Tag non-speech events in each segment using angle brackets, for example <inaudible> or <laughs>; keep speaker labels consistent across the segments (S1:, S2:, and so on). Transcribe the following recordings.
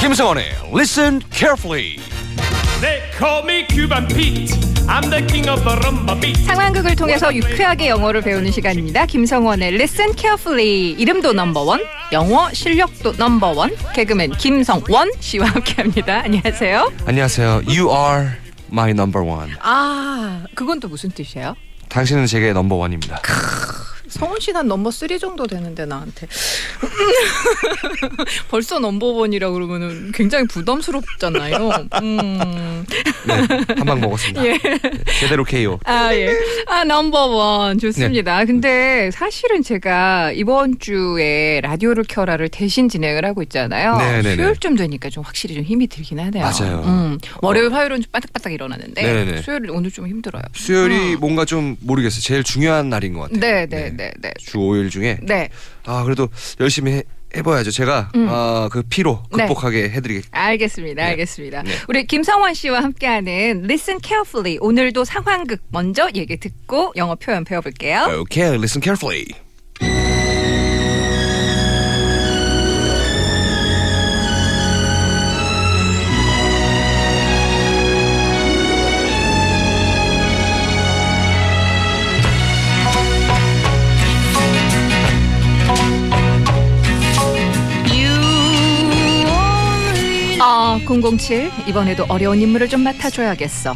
S1: 김성원의 Listen Carefully.
S2: They call me Cuban Pete. I'm the king of the rumba beat.
S3: 상황극을 통해서 유쾌하게 영어를 배우는 시간입니다. 김성원의 Listen Carefully. 이름도 넘버원, 영어 실력도 넘버원, 개그맨 김성원 씨와 함께합니다. 안녕하세요.
S4: 안녕하세요. You are my number one.
S3: 아, 그건 또 무슨 뜻이에요?
S4: 당신은 제게 넘버 원입니다.
S3: 성훈 씨는 넘버 3 정도 되는데 나한테 <laughs> 벌써 넘버 원이라 그러면은 굉장히 부담스럽잖아요. 음.
S4: 네, 한 방 먹었습니다.
S3: <laughs> 예.
S4: 제대로 KO.
S3: 아, 예. 아, 넘버원.
S4: 네.
S3: 좋습니다. 근데 사실은 제가 이번 주에 라디오를 켜라를 대신 진행을 하고 있잖아요.
S4: 네, 네, 네.
S3: 수요일쯤 되니까 좀 확실히 좀 힘이 들긴 하네요.
S4: 맞아요. 어.
S3: 음, 월요일, 화요일은 좀 빠딱빠딱 일어나는데
S4: 네, 네, 네.
S3: 수요일은 오늘 좀 힘들어요.
S4: 수요일이 뭔가 좀 모르겠어요. 제일 중요한 날인 것 같아요.
S3: 음. 네, 네, 네, 네.
S4: 주 5일 중에
S3: 네.
S4: 아 그래도 열심히 해, 해봐야죠. 제가 아, 그 피로
S3: 음. 네.
S4: 극복하게 해드리겠.
S3: 알겠습니다.
S4: 네.
S3: 알겠습니다. 우리 김성원 씨와 함께하는 Listen Carefully. 오늘도 상황극 먼저 얘기 듣고 영어 표현
S4: 네.
S3: 배워볼게요.
S4: Okay, listen carefully.
S3: 어, 007. 이번에도 어려운 임무를 좀 맡아줘야겠어.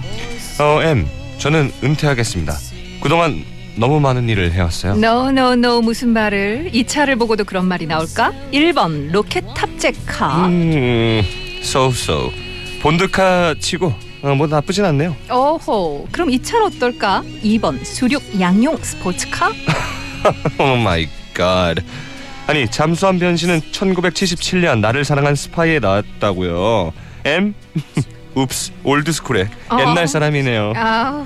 S4: 어, M. 저는 은퇴하겠습니다. 그동안 너무 많은 일을 해왔어요.
S3: No, no, no. 무슨 말을? 이 차를 보고도 그런 말이 나올까? 1번 로켓 탑재카.
S4: 음, so so. 본드카 치고 어, 뭐 나쁘진 않네요. <laughs>
S3: 오호. 그럼 이 차는 어떨까? 2번 수륙 양용 스포츠카.
S4: 오 마이 갓. Oh 아니 잠수함 변신은 1977년 나를 사랑한 스파이에 나왔다고요. M? <laughs> 읍스 올드스쿨에
S3: 어.
S4: 옛날 사람이네요.
S3: 아우.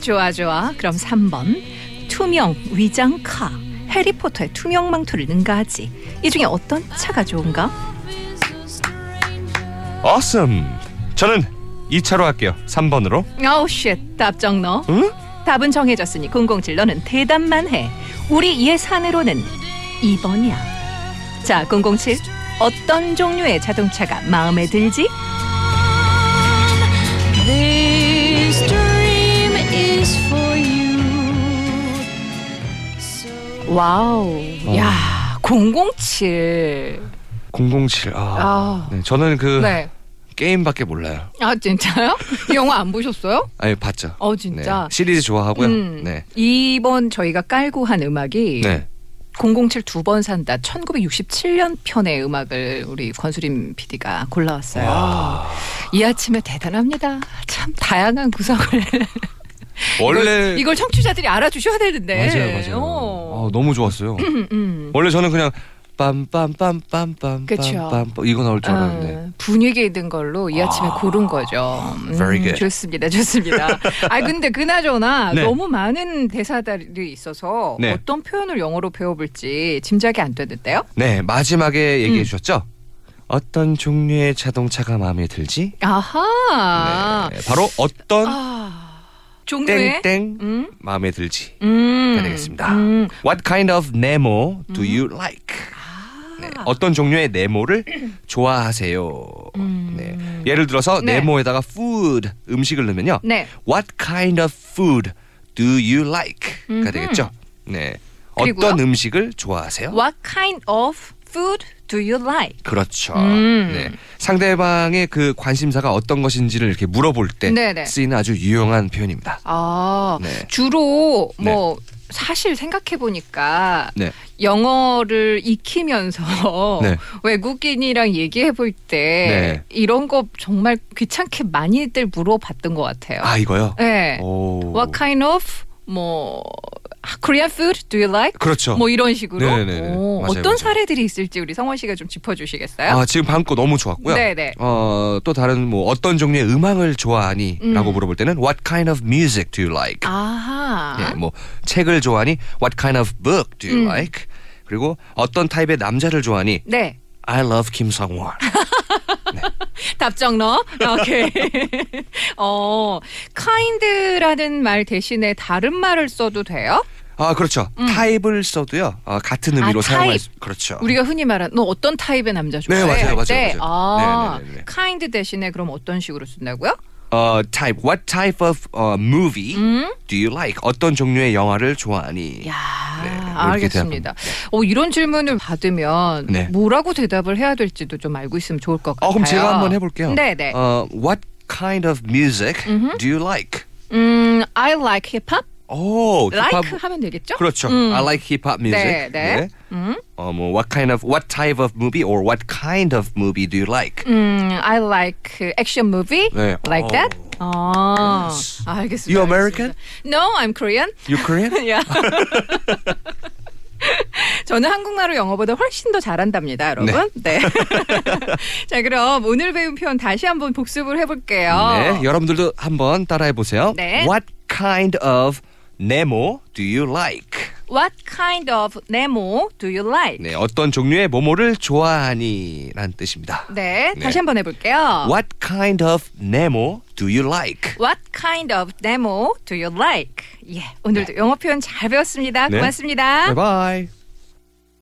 S3: 좋아, 좋아. 그럼 3번 투명 위장카. 해리포터의 투명 망토를 능가하지. 이 중에 어떤 차가 좋은가?
S4: awesome. 저는 2차로 할게요. 3번으로.
S3: 아우 쉣. 답정 너.
S4: 응?
S3: 답은 정해졌으니 007 너는 대답만 해. 우리 예산으로는 2번이야. 자, 007 어떤 종류의 자동차가 마음에 들지?
S5: This dream is for you.
S3: 와우.
S4: 어.
S3: 야, 007.
S4: 007. 아.
S3: 아.
S4: 네, 저는 그
S3: 네.
S4: 게임밖에 몰라요.
S3: 아, 진짜요? <laughs> 이 영화 안 보셨어요?
S4: 아니 봤죠.
S3: 어, 진짜?
S4: 네, 시리즈 좋아하고요.
S3: 음.
S4: 네.
S3: 이번 저희가 깔고 한 음악이
S4: 네.
S3: 007 두 번 산다 1967년 편의 음악을 우리 권수림 PD가 골라왔어요. 이 아침에 대단합니다. 참 다양한 구성을
S4: 원래
S3: 이걸, 이걸 청취자들이 알아주셔야 되는데.
S4: 맞아요, 맞아요.
S3: 어.
S4: 아, 너무 좋았어요.
S3: <clears throat> 음.
S4: 원래 저는 그냥 빰빰빰빰빰빰
S3: 그쵸.
S4: 빰빰 이거 나올 줄 알았는데. 네.
S3: 아, 분위기 있는 걸로 이 아침에 고른 거죠. 음,
S4: very good.
S3: 좋습니다,
S4: <laughs>
S3: 좋습니다. 아 근데 그나저나
S4: 네.
S3: 너무 많은 대사들이 있어서
S4: 네.
S3: 어떤 표현을 영어로 배워볼지 짐작이 안 되는데요.
S4: 네 마지막에
S3: 음.
S4: 얘기해 주셨죠. 어떤 종류의 자동차가 마음에 들지?
S3: 아하.
S4: 네, 바로 어떤
S3: 아 종류의
S4: 땡땡
S3: 음?
S4: 마음에 들지.
S3: 음.
S4: 가 되겠습니다.
S3: 음.
S4: What kind of Nemo do you like?
S3: 아.
S4: 네, 어떤 종류의 네모를 좋아하세요. 네. 예를 들어서
S3: 음. 네.
S4: 네모에다가 food 음식을 넣으면요.
S3: 네.
S4: What kind of food do you like?가
S3: 음흠.
S4: 되겠죠. 네.
S3: 그리고요?
S4: 어떤 음식을 좋아하세요?
S3: What kind of food do you like?
S4: 그렇죠.
S3: 음.
S4: 네. 상대방의 그 관심사가 어떤 것인지를 이렇게 물어볼 때
S3: 네네.
S4: 쓰이는 아주 유용한 표현입니다.
S3: 아
S4: 네.
S3: 주로 뭐 사실 생각해 보니까
S4: 네.
S3: 영어를 익히면서
S4: 네.
S3: 외국인이랑 얘기해 볼 때
S4: 네.
S3: 이런 거 정말 귀찮게 많이들 물어봤던 것 같아요.
S4: 아, 이거요?
S3: 네.
S4: 오.
S3: What kind of 뭐 Korean food do you like?
S4: 그렇죠.
S3: 뭐 이런 식으로
S4: 네네네.
S3: 오,
S4: 맞아요,
S3: 어떤
S4: 맞아요.
S3: 사례들이 있을지 우리 성원 씨가 좀 짚어주시겠어요?
S4: 아, 지금 방금 거 너무 좋았고요.
S3: 네네.
S4: 어, 또 다른 뭐 어떤 종류의 음악을 좋아하니? 라고 물어볼 때는 what kind of music do you like?
S3: 아하.
S4: 예, 뭐 책을 좋아하니? what kind of book do
S3: 음.
S4: you like? 그리고 어떤 타입의 남자를 좋아하니?
S3: 네.
S4: I love 김성원.
S3: 답정 너. 오케이. <laughs> 어, kind라는 말 대신에 다른 말을 써도 돼요?
S4: 아 그렇죠. 타입을 써도요 어, 같은 의미로
S3: 아,
S4: 사용할
S3: 타입.
S4: 수 그렇죠.
S3: 우리가 흔히 말하는 너 어떤 타입의 남자 좋아해?
S4: 네, 맞아요,
S3: 할
S4: 맞아요,
S3: 때,
S4: 맞아요.
S3: 아,
S4: 네, 네, 네, 네.
S3: kind 대신에 그럼 어떤 식으로 쓴다고요?
S4: 어 type what type of uh, movie do you like? 어떤 종류의 영화를 좋아하니?
S3: 음? 야,
S4: 네, 이렇게
S3: 알겠습니다. 어, 이런 질문을 받으면
S4: 네.
S3: 뭐라고 대답을 해야 될지도 좀 알고 있으면 좋을 것 같아요.
S4: 어 그럼 제가 한번 해볼게요.
S3: 네, 네.
S4: 어 what kind of music do you like?
S3: 음, I like hip hop.
S4: 오
S3: like
S4: 힙합-
S3: 하면 되겠죠?
S4: Oh, 그렇죠.
S3: 음.
S4: I like hip hop music.
S3: 네, 네.
S4: 어뭐 what kind of what type of movie or what kind of movie do you like?
S3: 음, I like action movie.
S4: 네.
S3: Like
S4: 어.
S3: that? 아, 알겠습니다.
S4: You American?
S3: 알겠습니다. No, I'm Korean. <laughs>
S4: You Korean?
S3: 야. 저는 한국말을 영어보다 훨씬 더 잘한답니다, 여러분. 네. <laughs> 자, 그럼 오늘 배운 표현 다시 한번 복습을 해볼게요.
S4: 네. 여러분들도 한번 따라해 보세요.
S3: 어. 네.
S4: What kind of 네모 do you like?
S3: What kind of Nemo do you like?
S4: 네, 어떤 종류의 뭐뭐를 좋아하니라는 뜻입니다.
S3: 네,
S4: 네.
S3: 다시 한번 해볼게요.
S4: What kind of Nemo do you like?
S3: What kind of Nemo do you like? 예, 오늘도 영어 표현 잘 배웠습니다.
S4: 네. Bye
S3: 고맙습니다.
S4: bye.